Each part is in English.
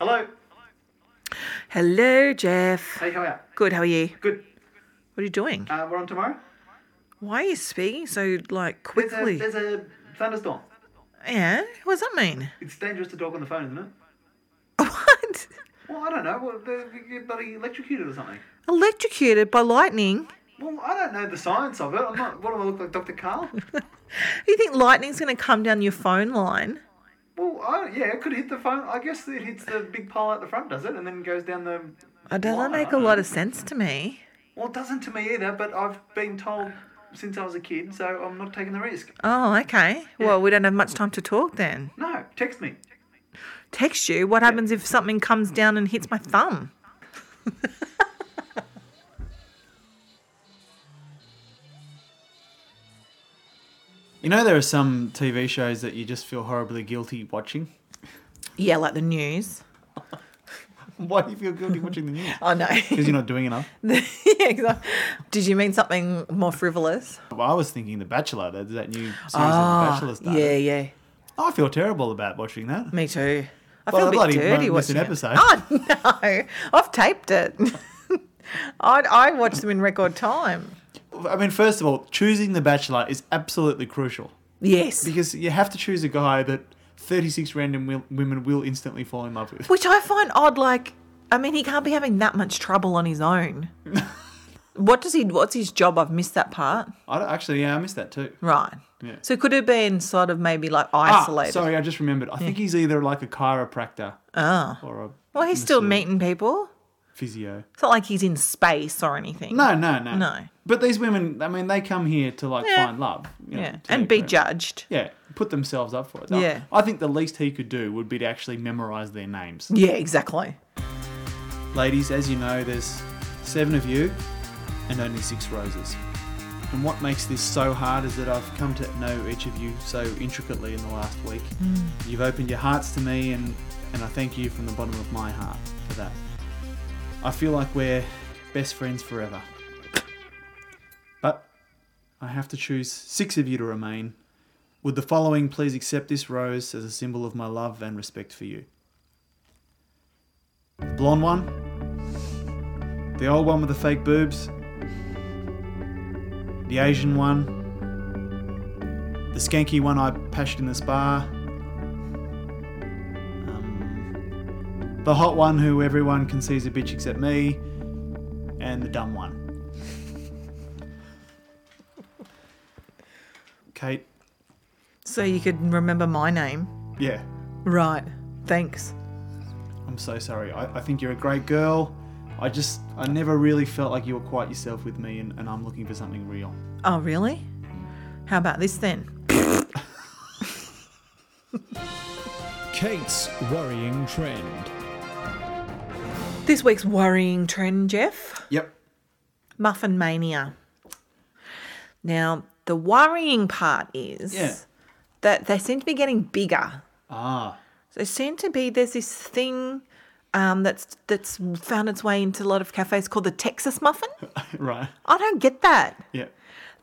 Hello. Hello, Jeff. Hey, how are Good, how are you? you? Good. What are you doing? Uh, we're on tomorrow. Why are you speaking so, like, There's a, quickly? there's a thunderstorm. Yeah, what does that mean? It's dangerous to talk on the phone, isn't it? What? Well, I don't know. Well, they- you get bloody electrocuted or something. Electrocuted by lightning? Well, I don't know the science of it. I'm not. What do I look like, Dr. Carl? You think lightning's going to come down your phone line? Well, I, yeah, it could hit the phone. I guess it hits the big pile at the front, does it? And then goes down the. It doesn't make a lot of sense to me. Well, it doesn't to me either. But I've been told since I was a kid, so I'm not taking the risk. Oh, okay. Well, we don't have much time to talk then. No, text me. Text you. What happens if something comes down and hits my thumb? You know, there are some TV shows that you just feel horribly guilty watching. Yeah, like the news. Why do you feel guilty watching the news? Oh, no. Because you're not doing enough. yeah, 'cause I- Did you mean something more frivolous? Well, I was thinking The Bachelor, that, that new series Ah, that The Bachelor started. yeah, yeah. I feel terrible about watching that. Me too. I Well, feel I a bit bloody dirty won't miss watching an episode. It. Oh no, I've taped it. I I watch them in record time. I mean, first of all, choosing The Bachelor is absolutely crucial Yes, because you have to choose a guy that 36 random will, women will instantly fall in love with. which I find odd. Like, I mean, he can't be having that much trouble on his own. what does he? What's his job? I've missed that part. I don't, actually, yeah, I missed that too. Right. Yeah. So it could have been sort of maybe like Ah, isolated. sorry, I just remembered. I think he's either like a chiropractor Oh. or a Well, he's still Mr. meeting people. physio. It's not like he's in space or anything. No, no, no. No. But these women, I mean, they come here to like Yeah. find love. you know, Yeah. to And their be career. judged. Yeah, put themselves up for it. Now, Yeah. I think the least he could do would be to actually memorize their names. Yeah, exactly. Ladies, as you know, there's seven of you and only six roses. And what makes this so hard is that I've come to know each of you so intricately in the last week. You've opened your hearts to me, and, and I thank you from the bottom of my heart for that. I feel like we're best friends forever. But I have to choose six of you to remain. Would the following please accept this rose as a symbol of my love and respect for you? The blonde one. The old one with the fake boobs. The Asian one. The skanky one I pashed in this bar. Um, the hot one who everyone can see is a bitch except me. And the dumb one. Kate, So you could remember my name. yeah, Right. Thanks. I'm so sorry. I, I think you're a great girl. I just, I never really felt like you were quite yourself with me, and, and I'm looking for something real. Oh, really? How about this then? Kate's worrying trend. This week's worrying trend, Jeff Yep. muffin mania. Now, the worrying part is Yeah. that they seem to be getting bigger. Ah, They seem to be, there's this thing um, that's, that's found its way into a lot of cafes called the Texas muffin. right. I don't get that. Yeah.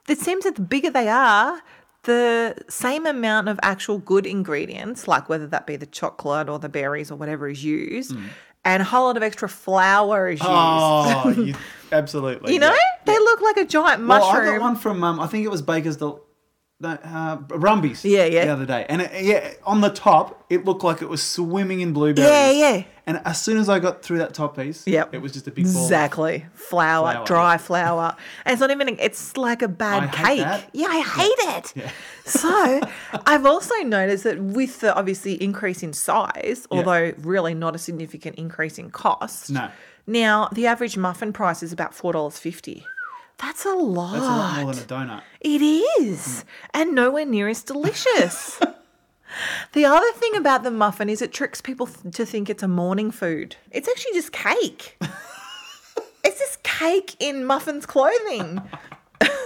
It seems that the bigger they are, the same amount of actual good ingredients, like whether that be the chocolate or the berries or whatever is used, and a whole lot of extra flour is used. Hmm. Oh, you, absolutely. you know, yeah. they look like a giant Well, mushroom. I got one from um, I think it was Baker's Del, no, uh, Rumbies. Yeah, yeah. The other day, and it, yeah, on the top it looked like it was swimming in blueberries. Yeah, yeah. And as soon as I got through that top piece, Yep. it was just a big ball. Exactly, flour, Flour. dry flour, and it's not even. It's like a bad I hate cake. that. Yeah, I hate it. Yeah. So, I've also noticed that with the obviously increase in size, although really not a significant increase in cost. No. Now the average muffin price is about four dollars fifty. That's a lot. That's a lot more than a donut. It is, and nowhere near as delicious. the other thing about the muffin is it tricks people th- to think it's a morning food. It's actually just cake. it's just cake in muffin's clothing.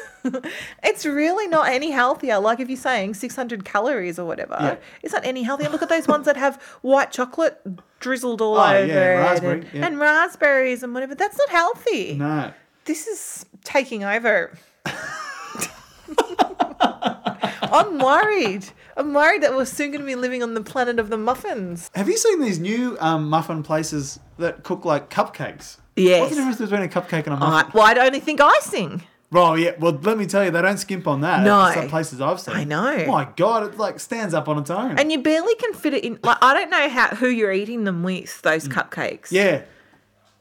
it's really not any healthier. Like if you're saying 600 calories or whatever, Yeah. it's not any healthier. Look at those ones that have white chocolate drizzled all Oh, yeah, over it raspberry, and, yeah. and raspberries and whatever. That's not healthy. No. This is taking over. I'm worried. I'm worried that we're soon going to be living on the planet of the muffins. Have you seen these new um, muffin places that cook like cupcakes? Yes. What's the difference between a cupcake and a I, muffin? well, I only think icing. Well, yeah. Well, let me tell you, they don't skimp on that. No. at some places I've seen. I know. My God, it like stands up on its own. And you barely can fit it in. Like I don't know how who you're eating them with those cupcakes. Mm. yeah,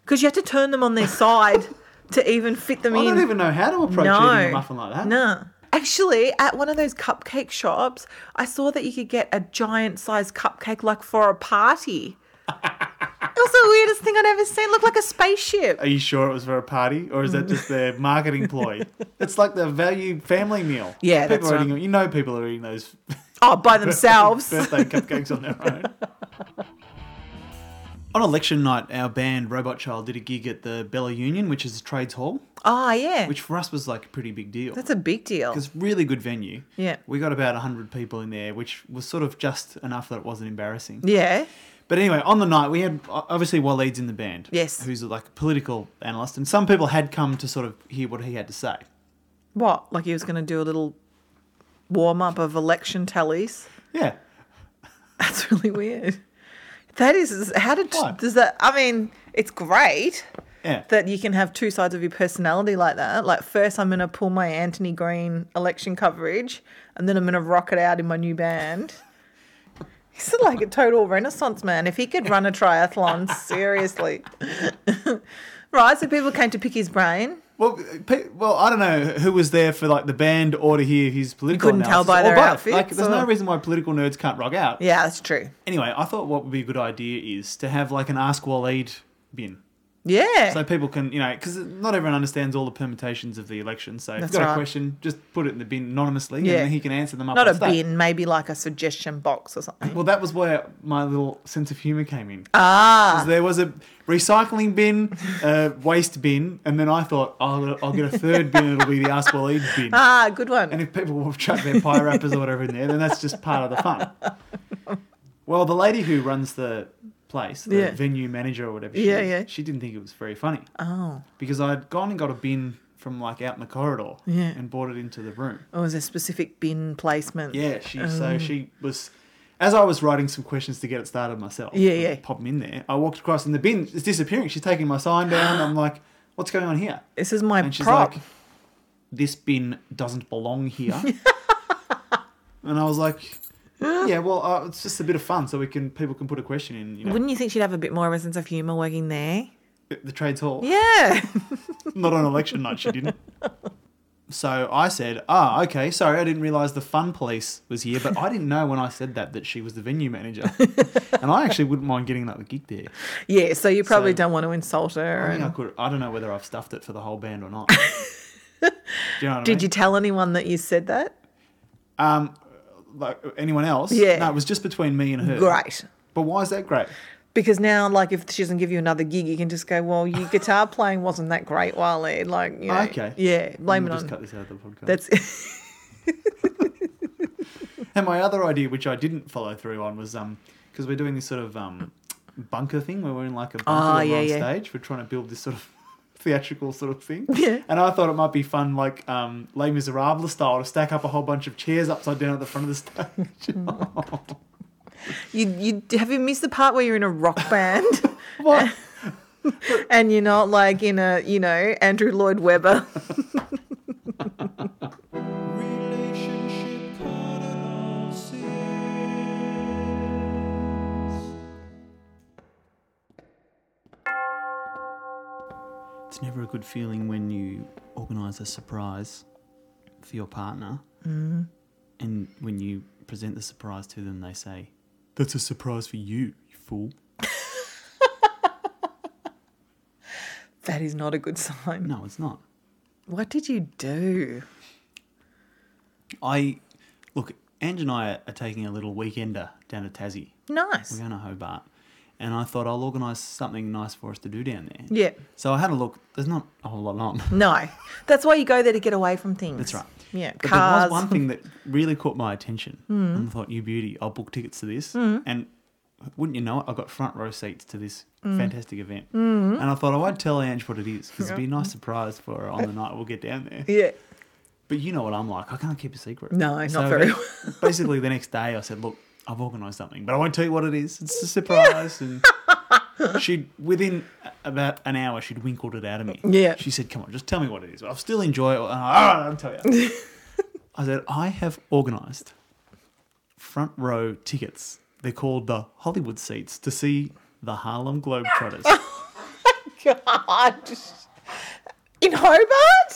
because you have to turn them on their side to even fit them I, in. don't even know how to approach eating a muffin like that. No. Actually, at one of those cupcake shops, I saw that you could get a giant size cupcake like for a party. it was the weirdest thing I'd ever seen. It looked like a spaceship. Are you sure it was for a party, or is that just their marketing ploy? It's like the value family meal. Yeah, people that's are eating. You know, people are eating those Oh, by themselves. birthday cupcakes on their own. On election night, our band Robot Child did a gig at the Bella Union, which is a trades hall, oh, yeah. which for us was like a pretty big deal. That's a big deal. It's a really good venue. Yeah. We got about 100 people in there, which was sort of just enough that it wasn't embarrassing. Yeah. But anyway, on the night, we had o- obviously Waleed's in the band. Yes. Who's like a political analyst. And some people had come to sort of hear what he had to say. What? Like he was going to do a little warm up of election tallies? Yeah. That's really weird. That is, how did, Why? does that, I mean, it's great. Yeah. that you can have two sides of your personality like that. Like first I'm gonna pull my Anthony Green election coverage and then I'm gonna rock it out in my new band. He's like a total renaissance man. If he could run a triathlon, seriously. right, so people came to pick his brain. Well, pe- well, I don't know who was there for like the band or to hear his political. couldn't tell analysis, by or their both. outfits, Like, there's no or- reason why political nerds can't rock out. Yeah, that's true. Anyway, I thought what would be a good idea is to have like an Ask Waleed bin. Yeah. So people can, you know, because not everyone understands all the permutations of the election. So if That's you've got right. a question, just put it in the bin anonymously, Yeah. and he can answer them up. Not on a stage. bin, maybe like a suggestion box or something. Well, that was where my little sense of humour came in. 'Cause Ah. there was a recycling bin, a waste bin, and then I thought, I'll, I'll get a third bin. It'll be the Ask Waleed bin. Ah, good one. And if people will chuck their pie wrappers or whatever in there, then that's just part of the fun. Well, the lady who runs the place, the Yeah. venue manager or whatever, she Yeah, is, yeah. she didn't think it was very funny oh. because I'd gone and got a bin from like out in the corridor Yeah. and brought it into the room. Or was there specific bin placement? Um, Yeah, she so she was as I was writing some questions to get it started myself. Yeah, yeah. Pop them in there. I walked across and the bin is disappearing. She's taking my sign down. I'm like, what's going on here? This is my And she's prop. like, this bin doesn't belong here. and I was like, yeah, well, uh, it's just a bit of fun so we can people can put a question in, you know, Wouldn't you think she'd have a bit more of a sense of humour working there? the trades hall. Yeah. Not on election night, she didn't. So I said, ah, okay, sorry, I didn't realise the fun police was here, but I didn't know when I said that that she was the venue manager. and I actually wouldn't mind getting another gig there. Yeah, so you probably So- don't want to insult her. I think I and- could, I don't know whether I've stuffed it for the whole band or not. Do you know what I mean? Did you tell anyone that you said that? Um, like anyone else? Yeah. No, it was just between me and her. Great. But why is that great? Because now, like, if she doesn't give you another gig, you can just go, well, your guitar playing wasn't that great, Wiley. Like, you know, Ah, Okay. Yeah, blame We'll it just on. cut this out of the podcast. That's And my other idea, which I didn't follow through on, was um because we're doing this sort of um bunker thing where we're in like a bunker Ah, when we're yeah, on yeah. stage. We're trying to build this sort of theatrical sort of thing. Yeah. And I thought it might be fun, like um Les Miserables style, to stack up a whole bunch of chairs upside down at the front of the stage. you. You have you missed the part where you're in a rock band what? and you're not like in a, you know, Andrew Lloyd Webber. Relationship It's never a good feeling when you organise a surprise for your partner, and when you present the surprise to them, they say, "That's a surprise for you, you fool." That is not a good sign. No, it's not. What did you do? I look. Ange and I are taking a little weekender down to Tassie. We're Nice. going to Hobart, and I thought I'll organise something nice for us to do down there. Yeah. So I had a look. There's not a whole lot on. No, that's why you go there to get away from things. That's right. Yeah, But cars. Mm. there was one thing that really caught my attention. And I thought, you beauty, I'll book tickets to this. And wouldn't you know it, I got front row seats to this Mm. fantastic event. And I thought, I won't tell Ange what it is because it'd be a nice surprise for her on the night we'll get down there. Yeah. But you know what I'm like. I can't keep a secret. No, not very ba- basically, the next day I said, "Look, I've organised something, but I won't tell you what it is. It's a surprise." and she, within a- about an hour, she'd winkled it out of me. Yeah. She said, "Come on, just tell me what it is. I'll still enjoy it." And I, All right, I'll tell you. I said, "I have organised front row tickets. They're called the Hollywood seats to see the Harlem Globetrotters." God. In Hobart?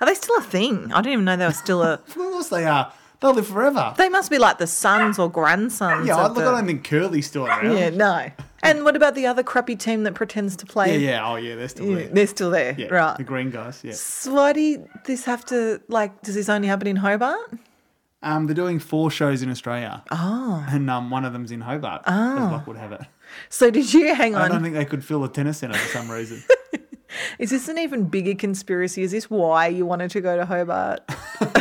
Are they still a thing? I didn't even know they were still a. of course they are. They'll live forever. They must be like the sons or grandsons. Yeah, I of look. the- I don't think Curly's still around. Yeah, no. And what about the other crappy team that pretends to Yeah, play? yeah, oh yeah, they're still Yeah, there. They're still there, Yeah, The right? green guys, yeah. So why do this have to like? Does this only happen in Hobart? Um, they're doing four shows in Australia. Oh. And um, one of them's in Hobart. Oh. Ah. As luck would have it. So did you hang I don't on? think they could fill a tennis centre for some reason. Is this an even bigger conspiracy? Is this why you wanted to go to Hobart?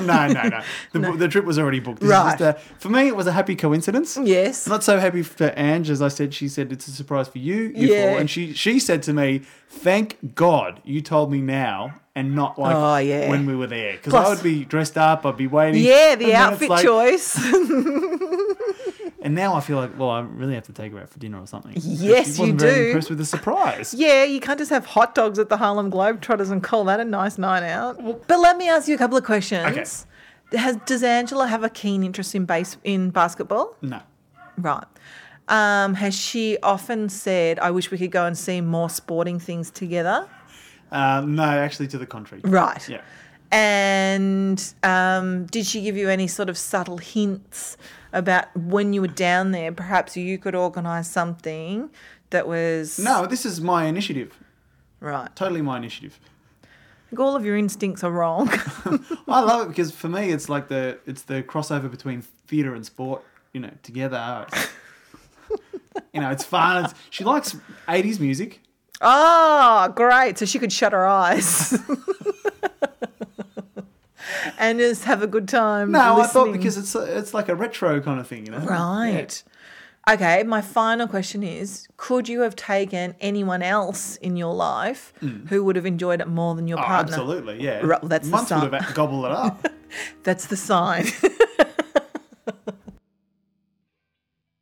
no, no, no. The, the trip was already booked. This is Right. just a- for me, it was a happy coincidence. Yes. Not so happy for Ange, as I said. She said it's a surprise for you. you Yeah. fool." And she she said to me, "Thank God you told me now." And not like Oh, yeah. when we were there, because I Plus- would be dressed up, I'd be waiting. Yeah, and the then it's outfit like- choice. And now I feel like, well, I really have to take her out for dinner or something. Yes, she wasn't you Very do. impressed with the surprise. Yeah, you can't just have hot dogs at the Harlem Globetrotters and call that a nice night out. But let me ask you a couple of questions. Has, does Angela have a keen interest in base in basketball? No, Right. Um, has she often said, "I wish we could go and see more sporting things together"? uh, no, actually, to the contrary. Right. Yeah. And um, did she give you any sort of subtle hints about when you were down there? Perhaps you could organise something that was No, this is my initiative. right. Totally my initiative. All of your instincts are wrong. I love it because for me, it's like the it's the crossover between theatre and sport. You know, together. It's- you know, it's fun. It's, she likes '80s music. Oh, great. So she could shut her eyes. and just have a good time. No, I thought listening. because it's it's like a retro kind of thing. You know, Right. Okay, my final question is Could you have taken anyone else in your life who would have enjoyed it more than your Mm. Oh, partner? absolutely, yeah. Right, well, that's the months start. would have gobbled it up. That's the sign.